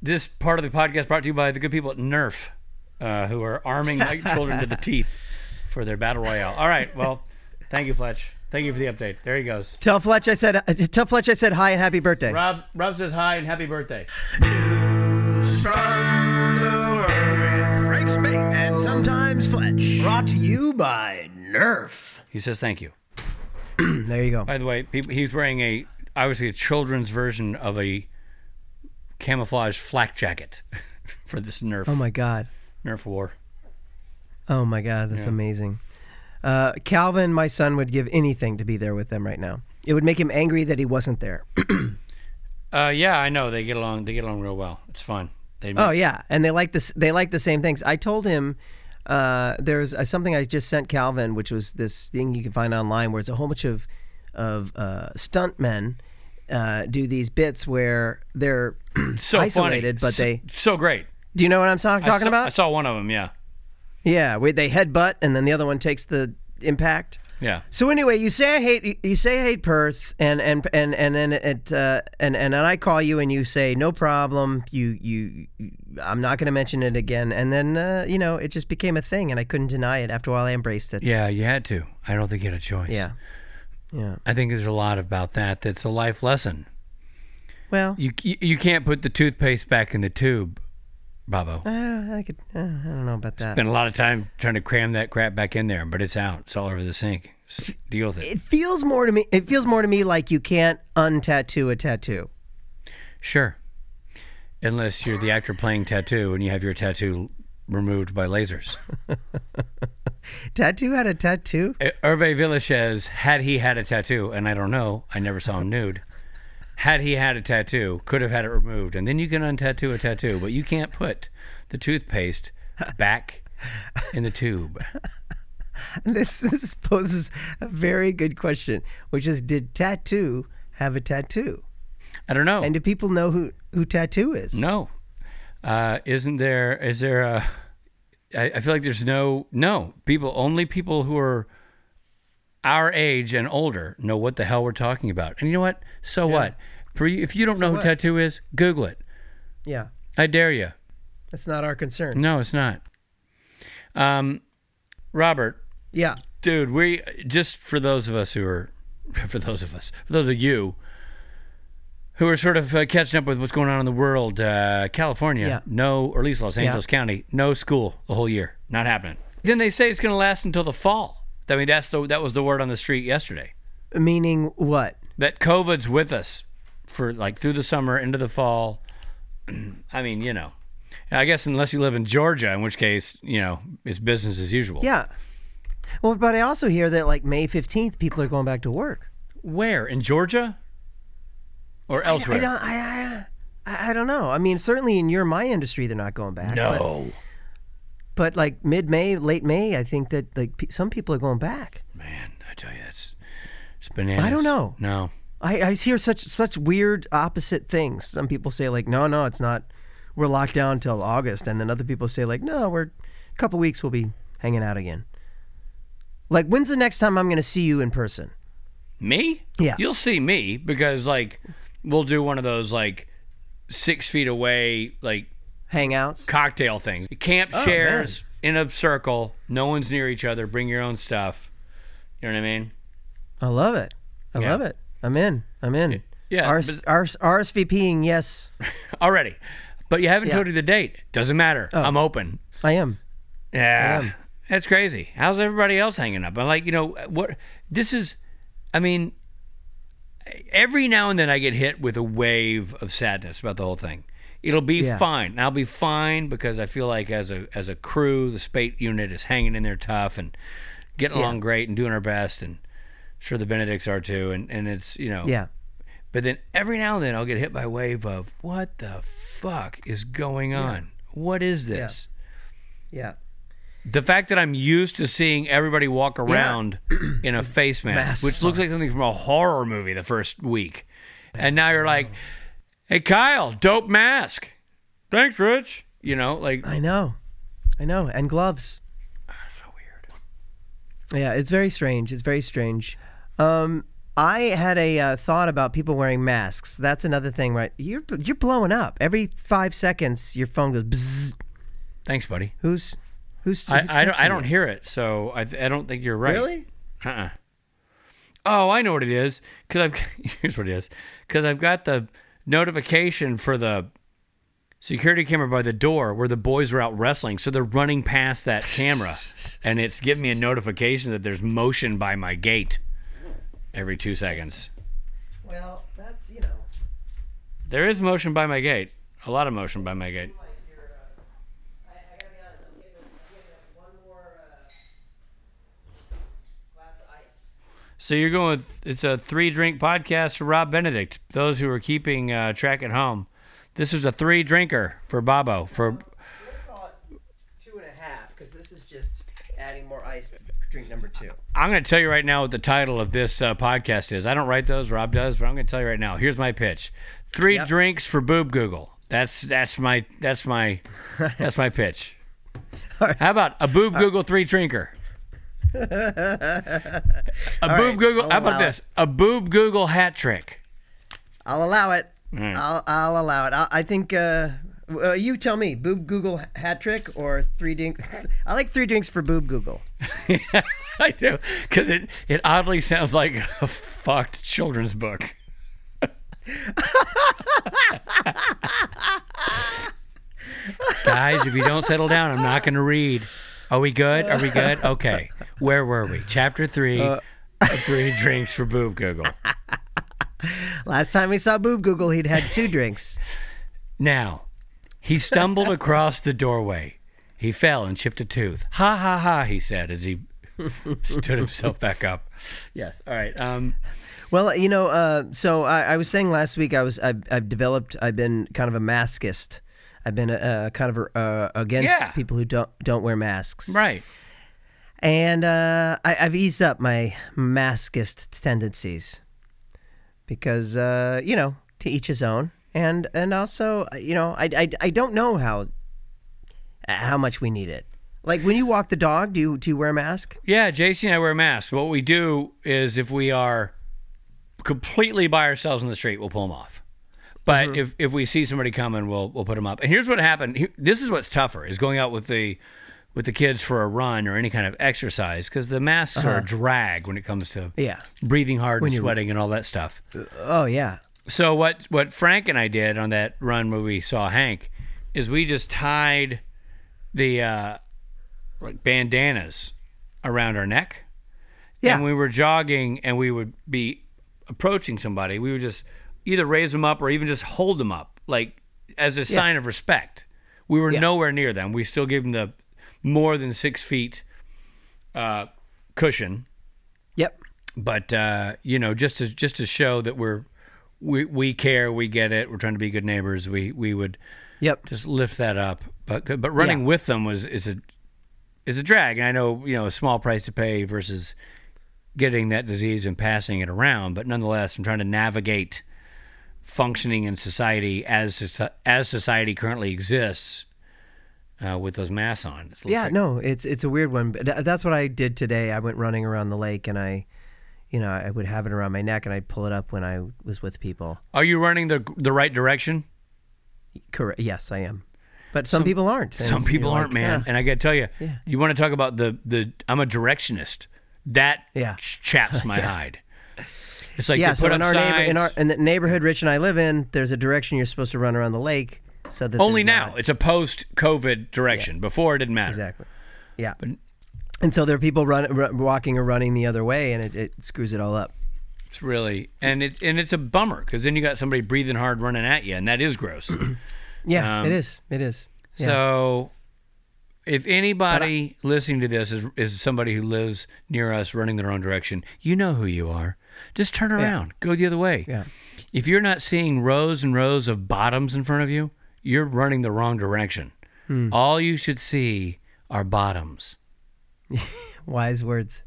this part of the podcast brought to you by the good people at Nerf, uh, who are arming [LAUGHS] white children to the teeth for their battle royale. All right. Well, thank you, Fletch. Thank you for the update. There he goes. Tell Fletch I said. Uh, tell Fletch I said hi and happy birthday. Rob Rob says hi and happy birthday. From the world. Frank Spain and sometimes Fletch. Brought to you by Nerf. He says thank you. There you go. By the way, he, he's wearing a obviously a children's version of a camouflage flak jacket [LAUGHS] for this Nerf Oh my God. Nerf war. Oh my God. That's amazing. Uh, Calvin, my son, would give anything to be there with them right now. It would make him angry that he wasn't there. [CLEARS THROAT] Uh, yeah, I know they get along. They get along real well. It's fun. They Oh yeah, and they like this. They like the same things. I told him uh, there's uh, something I just sent Calvin, which was this thing you can find online, where it's a whole bunch of of uh, stuntmen uh, do these bits where they're [CLEARS THROAT] so isolated, funny. but they. so, so great. Do you know what I'm so- talking I saw- I about? saw one of them. Yeah, yeah, where they headbutt and then the other one takes the impact. yeah. So anyway, you say I hate you say I hate Perth, and and and and then it uh, and and then I call you and you say no problem. You you I'm not going to mention it again, and then uh, you know it just became a thing, and I couldn't deny it. After a while, I embraced it. Yeah, you had to. I don't think you had a choice. Yeah. Yeah. I think there's a lot about that that's a life lesson. Well, You you, you can't put the toothpaste back in the tube, Babo. uh, I, I could. I don't know about that. Spent a lot of time trying to cram that crap back in there, but it's out. It's all over the sink. So deal with it. It feels more to me. It feels more to me like you can't untattoo a tattoo. Sure. Unless you're the actor playing tattoo and you have your tattoo removed by lasers. Tattoo had a tattoo. Uh, Hervé Villachez, had he had a tattoo, and I don't know, I never saw him nude. Had he had a tattoo, could have had it removed, and then you can untattoo a tattoo, but you can't put the toothpaste back in the tube. [LAUGHS] This, this poses a very good question, which is, did tattoo have a tattoo? I don't know. And do people know who who Tattoo is? no, uh, isn't there? Is there a? I, I feel like there's no no people. Only people who are our age and older know what the hell we're talking about. And you know what? So what? For you, if you don't know who tattoo is, Google it. Yeah, I dare you. that's not our concern. No, it's not. Um, Robert, Yeah, dude, we just for those of us who are, [LAUGHS] for those of us, for those of you who are sort of uh, catching up with what's going on in the world, uh, California, Yeah. no, or at least Los Angeles County, no school the whole year, not happening. Then they say it's going to last until the fall. I mean, that's the that was the word on the street yesterday meaning what? that COVID's with us for like through the summer into the fall. [CLEARS THROAT] I mean, you know, I guess unless you live in Georgia, in which case, you know, it's business as usual. Yeah. Well, but I also hear that like May fifteenth, people are going back to work. Where in Georgia or I elsewhere? don't. I, I, I, I don't know. I mean, certainly in your my industry, they're not going back. but, no, but like mid May, late May, I think that like pe- some people are going back. man, I tell you, it's it's bananas. I don't know. No, I, I hear such such weird opposite things. Some people say like, no, no, it's not. We're locked down till August, and then other people say like, no, we're a couple weeks. We'll be hanging out again. Like, when's the next time I'm going to see you in person? Me? Yeah. You'll see me because like we'll do one of those like six feet away like Hangouts. cocktail things. Camp Oh, shares in a circle. No one's near each other. Bring your own stuff. You know what I mean? I love it. I Yeah. love it. I'm in. I'm in. Yeah, RS, RS, RSVPing. Yes, Already. But you haven't Yeah. Oh. told you the date. Doesn't matter. I'm open. I am. Yeah. That's crazy. How's everybody else hanging up? I'm like, you know, what this is I mean every now and then I get hit with a wave of sadness about the whole thing. It'll be Yeah. fine. And I'll be fine because I feel like as a as a crew, the spate unit is hanging in there tough and getting along great and doing our best and sure the Benedicts are too and, and it's you know Yeah. but then every now and then I'll get hit by a wave of what the fuck is going on? What is this? Yeah. The fact that I'm used to seeing everybody walk around in a face mask, Masks which looks like something from a horror movie the first week. And now you're like, hey, Kyle, dope mask. Thanks, Rich. You know, like, I know. I know. And gloves. So weird. Yeah, it's very strange. It's very strange. Um, I had a uh, thought about people wearing masks. That's another thing, right? You're you're blowing up every five seconds. Your phone goes. Bzzz. thanks, buddy. Who's who's? I, who's I, don't, I texting don't you? hear it, so I, I don't think you're right. Really? Uh-uh. Oh, I know what it is. Cause I've [LAUGHS] here's what it is. Cause I've got the notification for the security camera by the door where the boys were out wrestling, so they're running past that camera, and it's giving me a notification that there's motion by my gate every two seconds. Well, that's you know. There is motion by my gate. A lot of motion by my gate. So you're going with it's a three drink podcast for Rob Benedict. Those who are keeping uh, track at home, this is a three drinker for Bobo. For Two and a half, because this is just adding more ice to drink number two. I'm going to tell you right now what the title of this uh, podcast is. I don't write those, Rob does, but I'm going to tell you right now. Here's my pitch: three Yep. drinks for Boob Google. That's that's my that's [LAUGHS] my that's my pitch. How about a Boob Google three drinker? [LAUGHS] a Boob right, Oh, Google. I'll how about allow it. this? A Boob Google hat trick. I'll allow it. I'll, I'll allow it. I, I think uh, uh, you tell me, boob Google hat trick or three drinks. [LAUGHS] I like three drinks for boob Google. [LAUGHS] I do because it it oddly sounds like a fucked children's book. Guys, if you don't settle down, I'm not going to read. Are we good? Are we good? Okay. Where were we? Chapter three. three drinks for boob Google. Last time we saw boob Google, he'd had two [LAUGHS] drinks. Now, he stumbled across the doorway. He fell and chipped a tooth. Ha ha ha! He said as he stood himself back up. Yes. All right. Um. Well, you know, uh, so I, I was saying last week, I was I've, I've developed, I've been kind of a maskist. I've been uh, kind of uh, against Yeah. people who don't don't wear masks. Right. And uh, I, I've eased up my maskist tendencies because, uh, you know, to each his own. And and also, you know, I, I, I don't know how how much we need it. Like when you walk the dog, do you, do you wear a mask? Yeah, JC and I wear masks. What we do is if we are completely by ourselves in the street, we'll pull them off. But if, if we see somebody coming, we'll we'll put them up. And here's what happened. Here- This is what's tougher is going out with the with the kids for a run or any kind of exercise because the masks are a drag when it comes to Yeah. breathing hard and sweating and all that stuff. Oh, yeah. So what what Frank and I did on that run where we saw Hank is we just tied the uh, like bandanas around our neck. Yeah. And we were jogging and we would be approaching somebody, we would just either raise them up or even just hold them up, like as a sign of respect. We were nowhere near them. We still gave them the more than six feet uh, cushion Yep. but uh, you know, just to just to show that we're we we care, we get it, we're trying to be good neighbors. We we would Yep. just lift that up, but but running Yeah. with them was is a is a drag. And I know you know a small price to pay versus getting that disease and passing it around, but nonetheless, I'm trying to navigate functioning in society as soci- as society currently exists uh, with those masks on. It's Yeah, no, it's it's a weird one. But tha- that's what I did today. I went running around the lake and I, you know, I would have it around my neck and I'd pull it up when I was with people. Are you running the the right direction? Correct. Yes, I am. But some, people aren't. And Some you're people aren't, like, man. "Ah." And I got to tell you, you want to talk about the the I'm a directionist. That [LAUGHS] Yeah. ch- chaps my hide. It's like yeah, they so put in up our, neighbor, signs. in our in the neighborhood Rich and I live in, there's a direction you're supposed to run around the lake. So that only there's now. not- It's a post COVID direction. Before it didn't matter. exactly. Yeah. and so there are people run, ru- walking or running the other way, and it, it screws it all up. It's really and it and it's a bummer because then you got somebody breathing hard running at you, and that is gross. Yeah, Um, it is. It is. Yeah. So, if anybody listening to this is, is somebody who lives near us running their own direction, you know who you are. Just turn around, go the other way. Yeah. If you're not seeing rows and rows of bottoms in front of you, you're running the wrong direction. Hmm. All you should see are bottoms. wise words.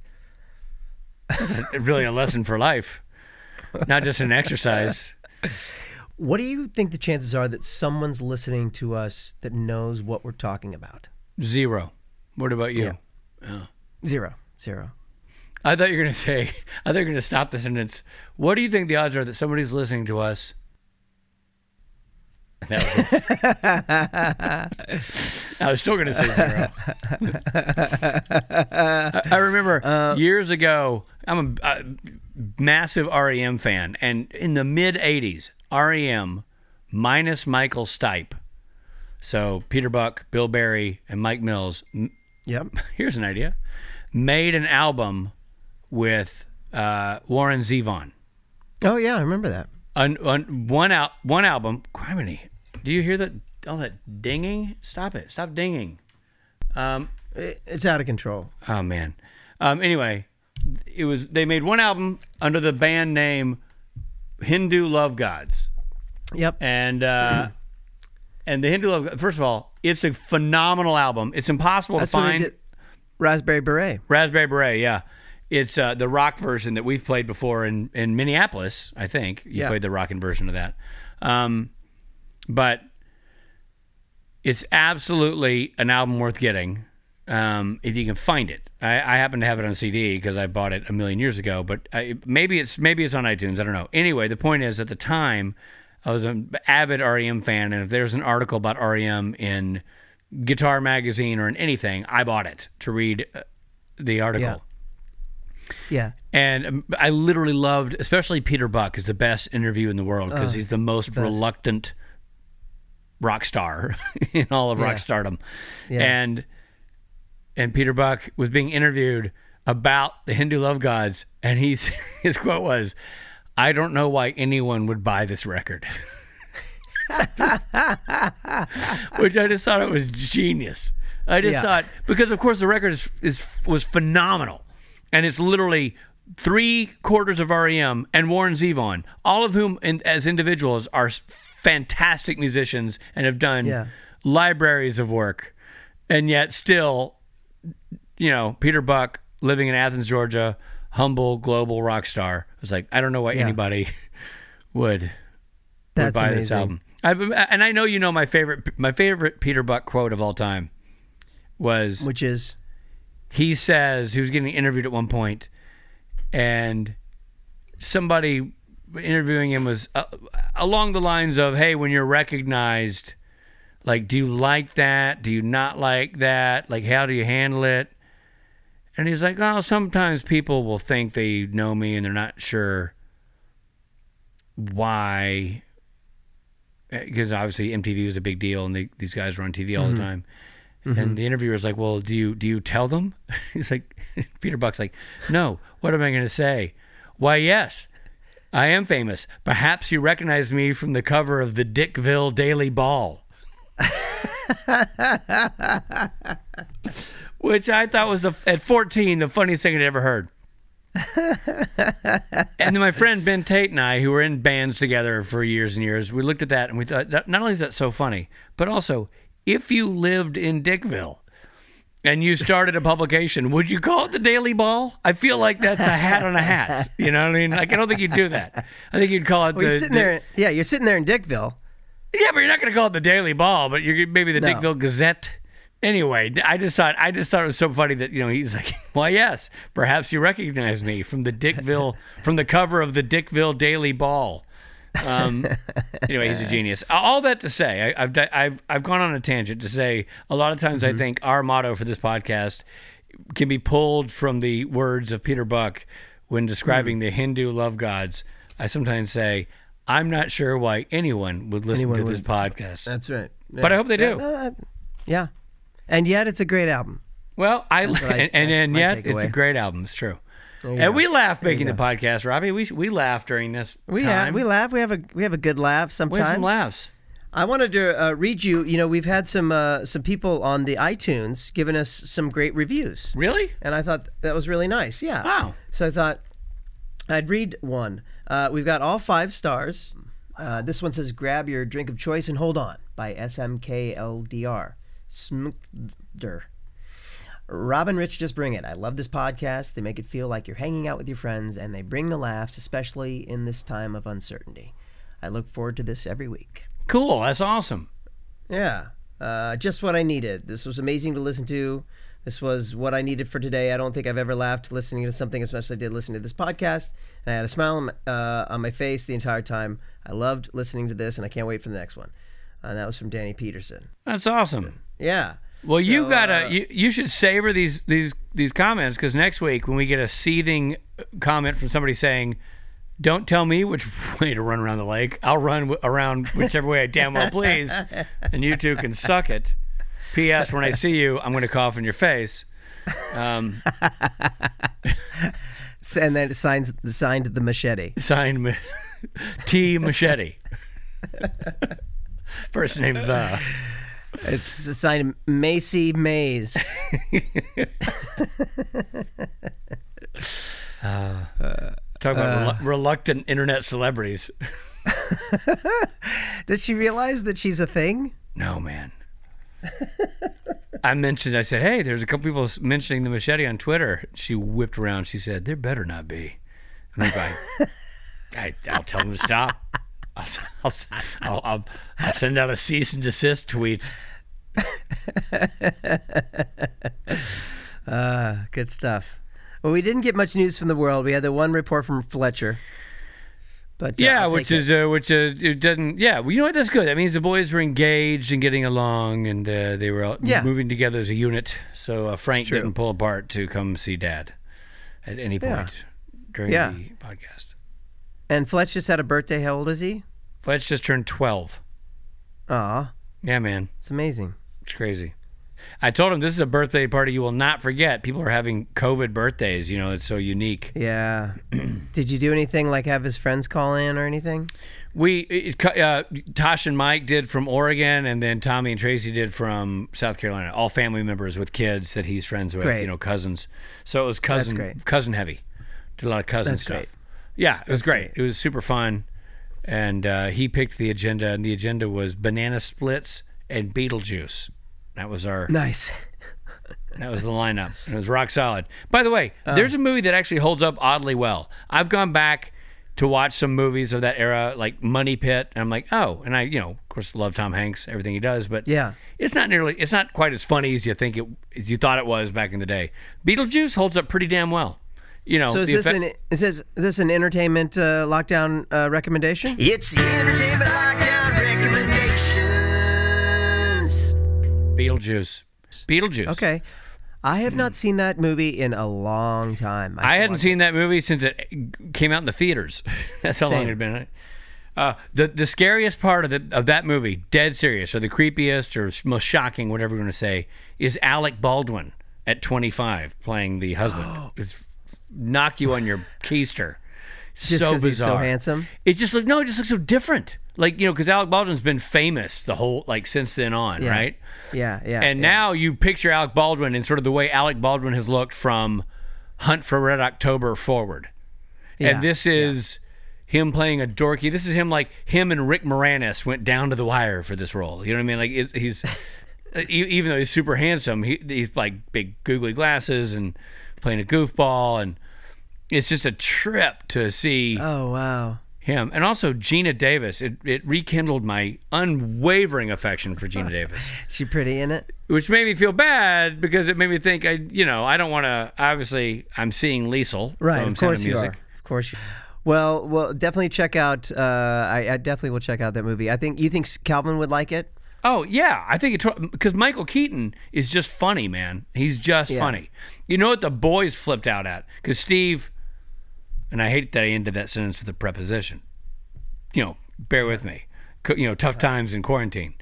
really, a lesson for life, not just an exercise. What do you think the chances are that someone's listening to us that knows what we're talking about? Zero. What about you? Zero. Zero. I thought you were going to say, [LAUGHS] I thought you were going to stop the sentence. What do you think the odds are that somebody's listening to us? [LAUGHS] That was it. [LAUGHS] I was still going to say zero. I, I remember years ago, I'm a, a massive REM fan. And in the mid 80s, REM minus Michael Stipe. So Peter Buck, Bill Berry, and Mike Mills Yep. here's an idea made an album with uh, Warren Zevon. Oh yeah, I remember that. Un, un, one out, one album. Criminy, do you hear that? All that dinging. Stop it. Stop dinging. It- It's out of control. Oh man. Um, anyway, it was they made one album under the band name Hindu Love Gods, Yep. and Mm. uh, and the Hindu Love. First of all, it's a phenomenal album. It's impossible That's to when they find. did Raspberry Beret. Raspberry Beret, yeah. It's uh, the rock version that we've played before in, in Minneapolis, I think. You Yeah. played the rockin' version of that. Um, but it's absolutely an album worth getting um, if you can find it. I, I happen to have it on CD because I bought it a million years ago, but I, maybe it's maybe it's on iTunes. I don't know. Anyway, the point is, at the time, I was an avid REM fan, and if there's an article about REM in Guitar Magazine or in anything, I bought it to read uh, the article. Yeah. Yeah. And um, I literally loved, especially Peter Buck is the best interview in the world because Oh, he's the most reluctant rock star [LAUGHS] in all of rock stardom. And and Peter Buck was being interviewed about the Hindu love gods, and he's [LAUGHS] his quote was, "I don't know why anyone would buy this record." [LAUGHS] Which I just thought it was genius. I just Yeah. thought because of course the record is, is was phenomenal, and it's literally three quarters of REM and Warren Zevon, all of whom in, as individuals are s- fantastic musicians and have done Yeah. libraries of work, and yet still you know, Peter Buck living in Athens, Georgia, humble global rock star. I was like, I don't know why anybody [LAUGHS] would would That's buy amazing. this album. I, and I know you know my favorite my favorite Peter Buck quote of all time was Which is he says he was getting interviewed at one point and somebody interviewing him was uh, along the lines of hey when you're recognized like do you like that do you not like that like how do you handle it and he's like oh sometimes people will think they know me and they're not sure why because Eh, obviously MTV was a big deal and they, these guys were on TV all the time and the interviewer's like, "Well, do you do you tell them?" [LAUGHS] He's like, Peter Buck's like, "No. What am I going to say? Why, yes, I am famous. Perhaps you recognize me from the cover of the Dickville Daily Ball." Which I thought was the at 14 the funniest thing I'd ever [LAUGHS] heard. and then my friend Ben Tate and I, who were in bands together for years and years, we looked at that and we thought, that- not only is that so funny, but also, if you lived in Dickville and you started a publication, would you call it the Daily Ball? I feel like that's a hat on a hat. You know what I mean? Like, I don't think you'd do that. I think you'd call it well, the. you're sitting the- there. Yeah, you're sitting there in Dickville. yeah, but you're not going to call it the Daily Ball, but you're maybe the No. Dickville Gazette. Anyway, I just thought I just thought it was so funny that you know he's like, [LAUGHS] "Well, yes, perhaps you recognize me from the Dickville from the cover of the Dickville Daily Ball." Um, anyway, he's a genius. All that to say, I, I've di- I've I've gone on a tangent to say a lot of times Mm-hmm. I think our motto for this podcast can be pulled from the words of Peter Buck when Mm. describing the Hindu love gods. I sometimes say, "I'm not sure why anyone would listen Anyone to would- this podcast." That's right. But I hope they Yeah, do. uh, yeah. And yet it's a great album. Well, I, what I- and, and, that's and my yet it's a takeaway. great album. It's true. you And go. we laugh making the you go. podcast, Robbie. We we laugh during this. We time. have, we laugh. We have a we have a good laugh We have sometimes. some laughs. I wanted to uh, read you. You know, we've had some uh, some people on the iTunes giving us some great reviews, Really? and I thought that was really nice. Yeah. Wow. So I thought I'd read one. Uh, we've got all five stars. Uh, this one says, "Grab your drink of choice and hold on" by SMKLDR. Smkder. Rob and Rich just bring it. I love this podcast. They make it feel like you're hanging out with your friends, and they bring the laughs, especially in this time of uncertainty. I look forward to this every week. Cool. That's awesome. Yeah. Uh, just what I needed. This was amazing to listen to. This was what I needed for today. I don't think I've ever laughed listening to something as much as I did listening to this podcast. And I had a smile on my, uh, on my face the entire time. I loved listening to this, and I can't wait for the next one. And that was from Danny Peterson. That's awesome. Yeah. Well, you So, gotta uh, you, you should savor these these these comments because next week when we get a seething uh, comment from somebody saying, "Don't tell me which [LAUGHS] way to run around the lake. I'll run w- around whichever way I damn well [LAUGHS] please," and you two can suck it. P.S. When I see you, I'm going to cough in your face. And then it signs signed the machete. Signed Ma- [LAUGHS] T Machete. [LAUGHS] First name uh, the. It's [LAUGHS] signed Macy Mays. Talk Uh, about relu- reluctant internet celebrities. Did she realize that she's a thing? No, man. I mentioned, I said, hey, there's a couple people s- mentioning the machete on Twitter. She whipped around. She said, there better not be. And I'm like, [LAUGHS] I, I'll tell them to stop. I'll, s- I'll, s- I'll, I'll, I'll send out a cease and desist tweet. Uh, Good stuff. Well, we didn't get much news from the world. We had the one report from Fletcher. But uh, Yeah, I'll which take it. is uh, which uh, it doesn't. Yeah, well, you know what? That's good. That means the boys were engaged and getting along, and uh, they were all Yeah. moving together as a unit. So uh, Frank true. didn't pull apart to come see Dad at any point Yeah. during Yeah. the podcast. And Fletch just had a birthday. How old is he? Fletch just turned twelve. Aw, Yeah, man, it's amazing. it's crazy. I told him this is a birthday party you will not forget. People are having COVID birthdays. You know, it's so unique. [CLEARS THROAT] Yeah. Did you do anything like have his friends call in or anything? We it, uh, Tosh and Mike did from Oregon, and then Tommy and Tracy did from South Carolina. All family members with kids that he's friends with, Great. you know, cousins. So it was cousin great. cousin heavy. Did a lot of cousin That's stuff. great. Yeah, it was great. It was super fun, and uh, he picked the agenda, and the agenda was banana splits and Beetlejuice. That was our Nice. that was the lineup. It was rock solid. By the way, Oh. there's a movie that actually holds up oddly well. I've gone back to watch some movies of that era, like Money Pit, and I'm like, oh, and I, you know, of course, love Tom Hanks, everything he does, but Yeah. it's not nearly, it's not quite as funny as you think it, as you thought it was back in the day. Beetlejuice holds up pretty damn well. You know, So is the this effect- an is this this an entertainment uh, lockdown uh, recommendation? It's the Entertainment Lockdown Recommendations. Beetlejuice, Beetlejuice. Okay. I have not seen that movie in a long time. Mm. I should hadn't watch seen that movie since it came out in the theaters. [LAUGHS] That's how long it Same. had been. right? Uh, the the scariest part of the, of that movie, dead serious, or the creepiest or s- most shocking, whatever you want to say, is Alec Baldwin at 25 playing the Oh. husband. it's knock you on [LAUGHS] your keister. Just so 'cause he's so bizarre. handsome? It just looked no, it just looks so different. Like you know, because Alec Baldwin's been famous the whole like since then on, right? it. Yeah, yeah. And yeah. now you picture Alec Baldwin in sort of the way Alec Baldwin has looked from Hunt for Red October forward. Yeah, And this is him playing a dorky. This is him like him and Rick Moranis went down to the wire for this role. You know what I mean? Like it's, he's [LAUGHS] e- even though he's super handsome, he, he's like big googly glasses and playing a goofball and it's just a trip to see Oh wow. him, and also Gina Davis. It it rekindled my unwavering affection for Gina Davis, She pretty in it. which made me feel bad because it made me think I you know I don't want to. Obviously, I'm seeing Liesel Right. from of course Sound of you Music. are. Of course you. Well, well, definitely check out. Uh, I, I definitely will check out that movie. I think you think Calvin would like it. Oh yeah, I think it because Michael Keaton is just funny, man. He's just funny. You know what the boys flipped out at? Because Steve, and I hate that I ended that sentence with a preposition. You know, bear with me. Co- You know, tough times in quarantine,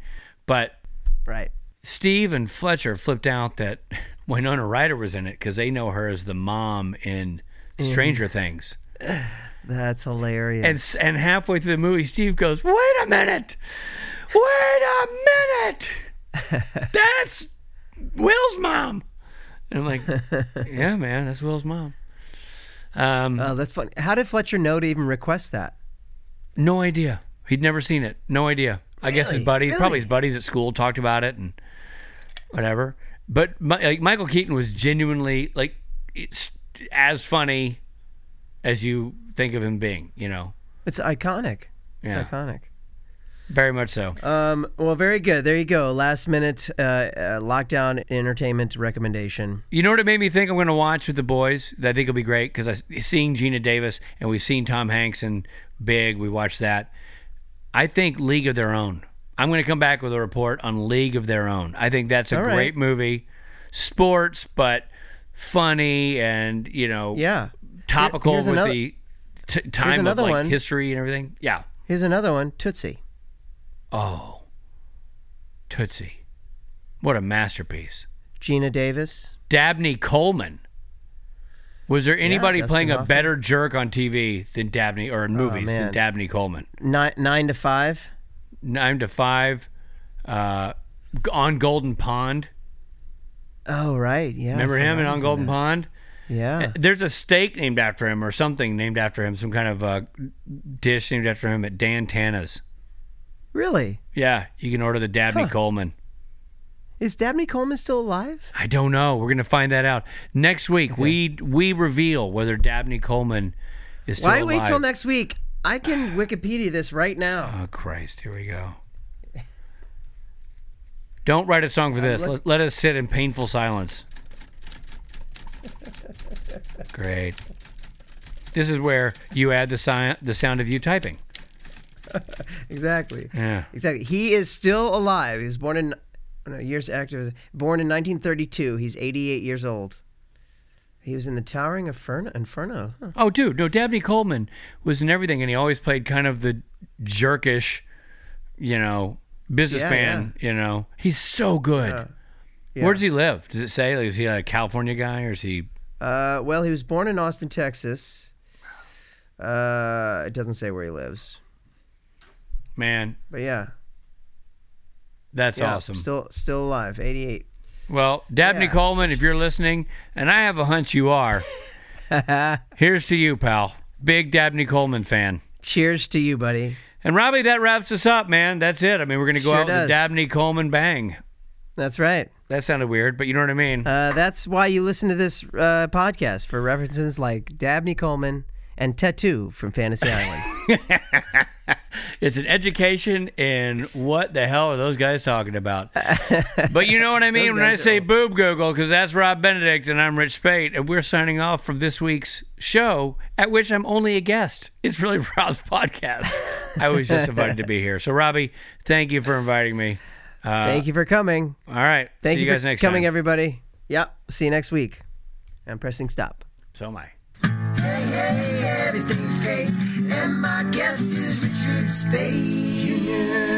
but Right. Steve and Fletcher flipped out that [LAUGHS] Winona Ryder was in it because they know her as the mom in Mm-hmm. Stranger Things. That's hilarious. And s- and halfway through the movie, Steve goes, "Wait a minute! Wait a [LAUGHS] minute! That's Will's mom." And I'm like, "Yeah, man, that's Will's mom." Um, oh, that's funny. How did Fletcher know to even request that? no idea. He'd never seen it. No idea. I guess his Really? buddies, probably his buddies at school, talked about it and whatever. But Mi- like Michael Keaton was genuinely like it's as funny as you think of him being. You know, It's iconic. It's Yeah. iconic. very much so. Um, well, very good. There you go. Last minute uh, uh, lockdown entertainment recommendation. You know what it made me think I'm going to watch with the boys that I think will be great because I seeing Gina Davis and we've seen Tom Hanks and Big. We watched that. I think League of Their Own. I'm going to come back with a report on League of Their Own. I think that's a right. great movie, sports but funny and you know Yeah. topical here's with another- the t- time of another like one. history and everything. Yeah. Here's another one. Tootsie. Oh, Tootsie, what a masterpiece. Gina Davis. Dabney Coleman. Was there anybody Dustin playing a Hoffman. Oh, better jerk on TV than Dabney or in movies than man. Dabney Coleman? Nine nine to five. Nine to five, uh, g- on Golden Pond. Oh right. Yeah. I Remember him forgot and he on was Golden Pond? that. Yeah. There's a steak named after him or something named after him, some kind of uh, dish named after him at Dan Tana's. Really. Yeah, you can order the Dabney Coleman. Is Dabney Coleman still alive? I don't know. We're gonna find that out next week. We we reveal whether Dabney Coleman is still Why alive. wait till next week? [SIGHS] I can Wikipedia this right now. Oh Christ! Here we go. Don't write a song for this. Let, let us sit in painful silence. Great. This is where you add the si- the sound of you typing. Exactly. Yeah. Exactly. He is still alive. He was born in no, years active. Born in 1932. He's 88 years old. He was in the Towering Inferno. Inferno. Huh. Oh, dude, no. Dabney Coleman was in everything, and he always played kind of the jerkish, you know, businessman. You know, he's so good. Where does he live? Does it say? Like, is he a California guy, or is he? Uh, well, he was born in Austin, Texas. Uh, it doesn't say where he lives, Man, but yeah, that's yeah, awesome. Still, still alive. 88. Well, Dabney Yeah. Coleman, if you're listening, and I have a hunch you [LAUGHS] are, here's to you, pal. Big Dabney Coleman fan. Cheers to you, buddy. And Robbie, that wraps us up, man. That's it. I mean, we're going to go Sure out with does. a Dabney Coleman bang. That's right. That sounded weird, but you know what I mean? Uh, that's why you listen to this uh, podcast for references like Dabney Coleman and Tattoo from Fantasy Island. it's an education in what the hell are those guys talking [LAUGHS] about. but you know what I mean when I guys are say boob Google, because that's Rob Benedict and I'm Rich Spade, and we're signing off from this week's show, at which I'm only a guest. It's really [LAUGHS] Rob's podcast. I was just invited to be here. So, Robbie, thank you for inviting me. Thank you for coming. All right. Thank see you, guys for next coming, time. everybody. Yep. See you next week. I'm pressing stop. so am I. Hey, hey, everything's great, and my guest is Richard Spade.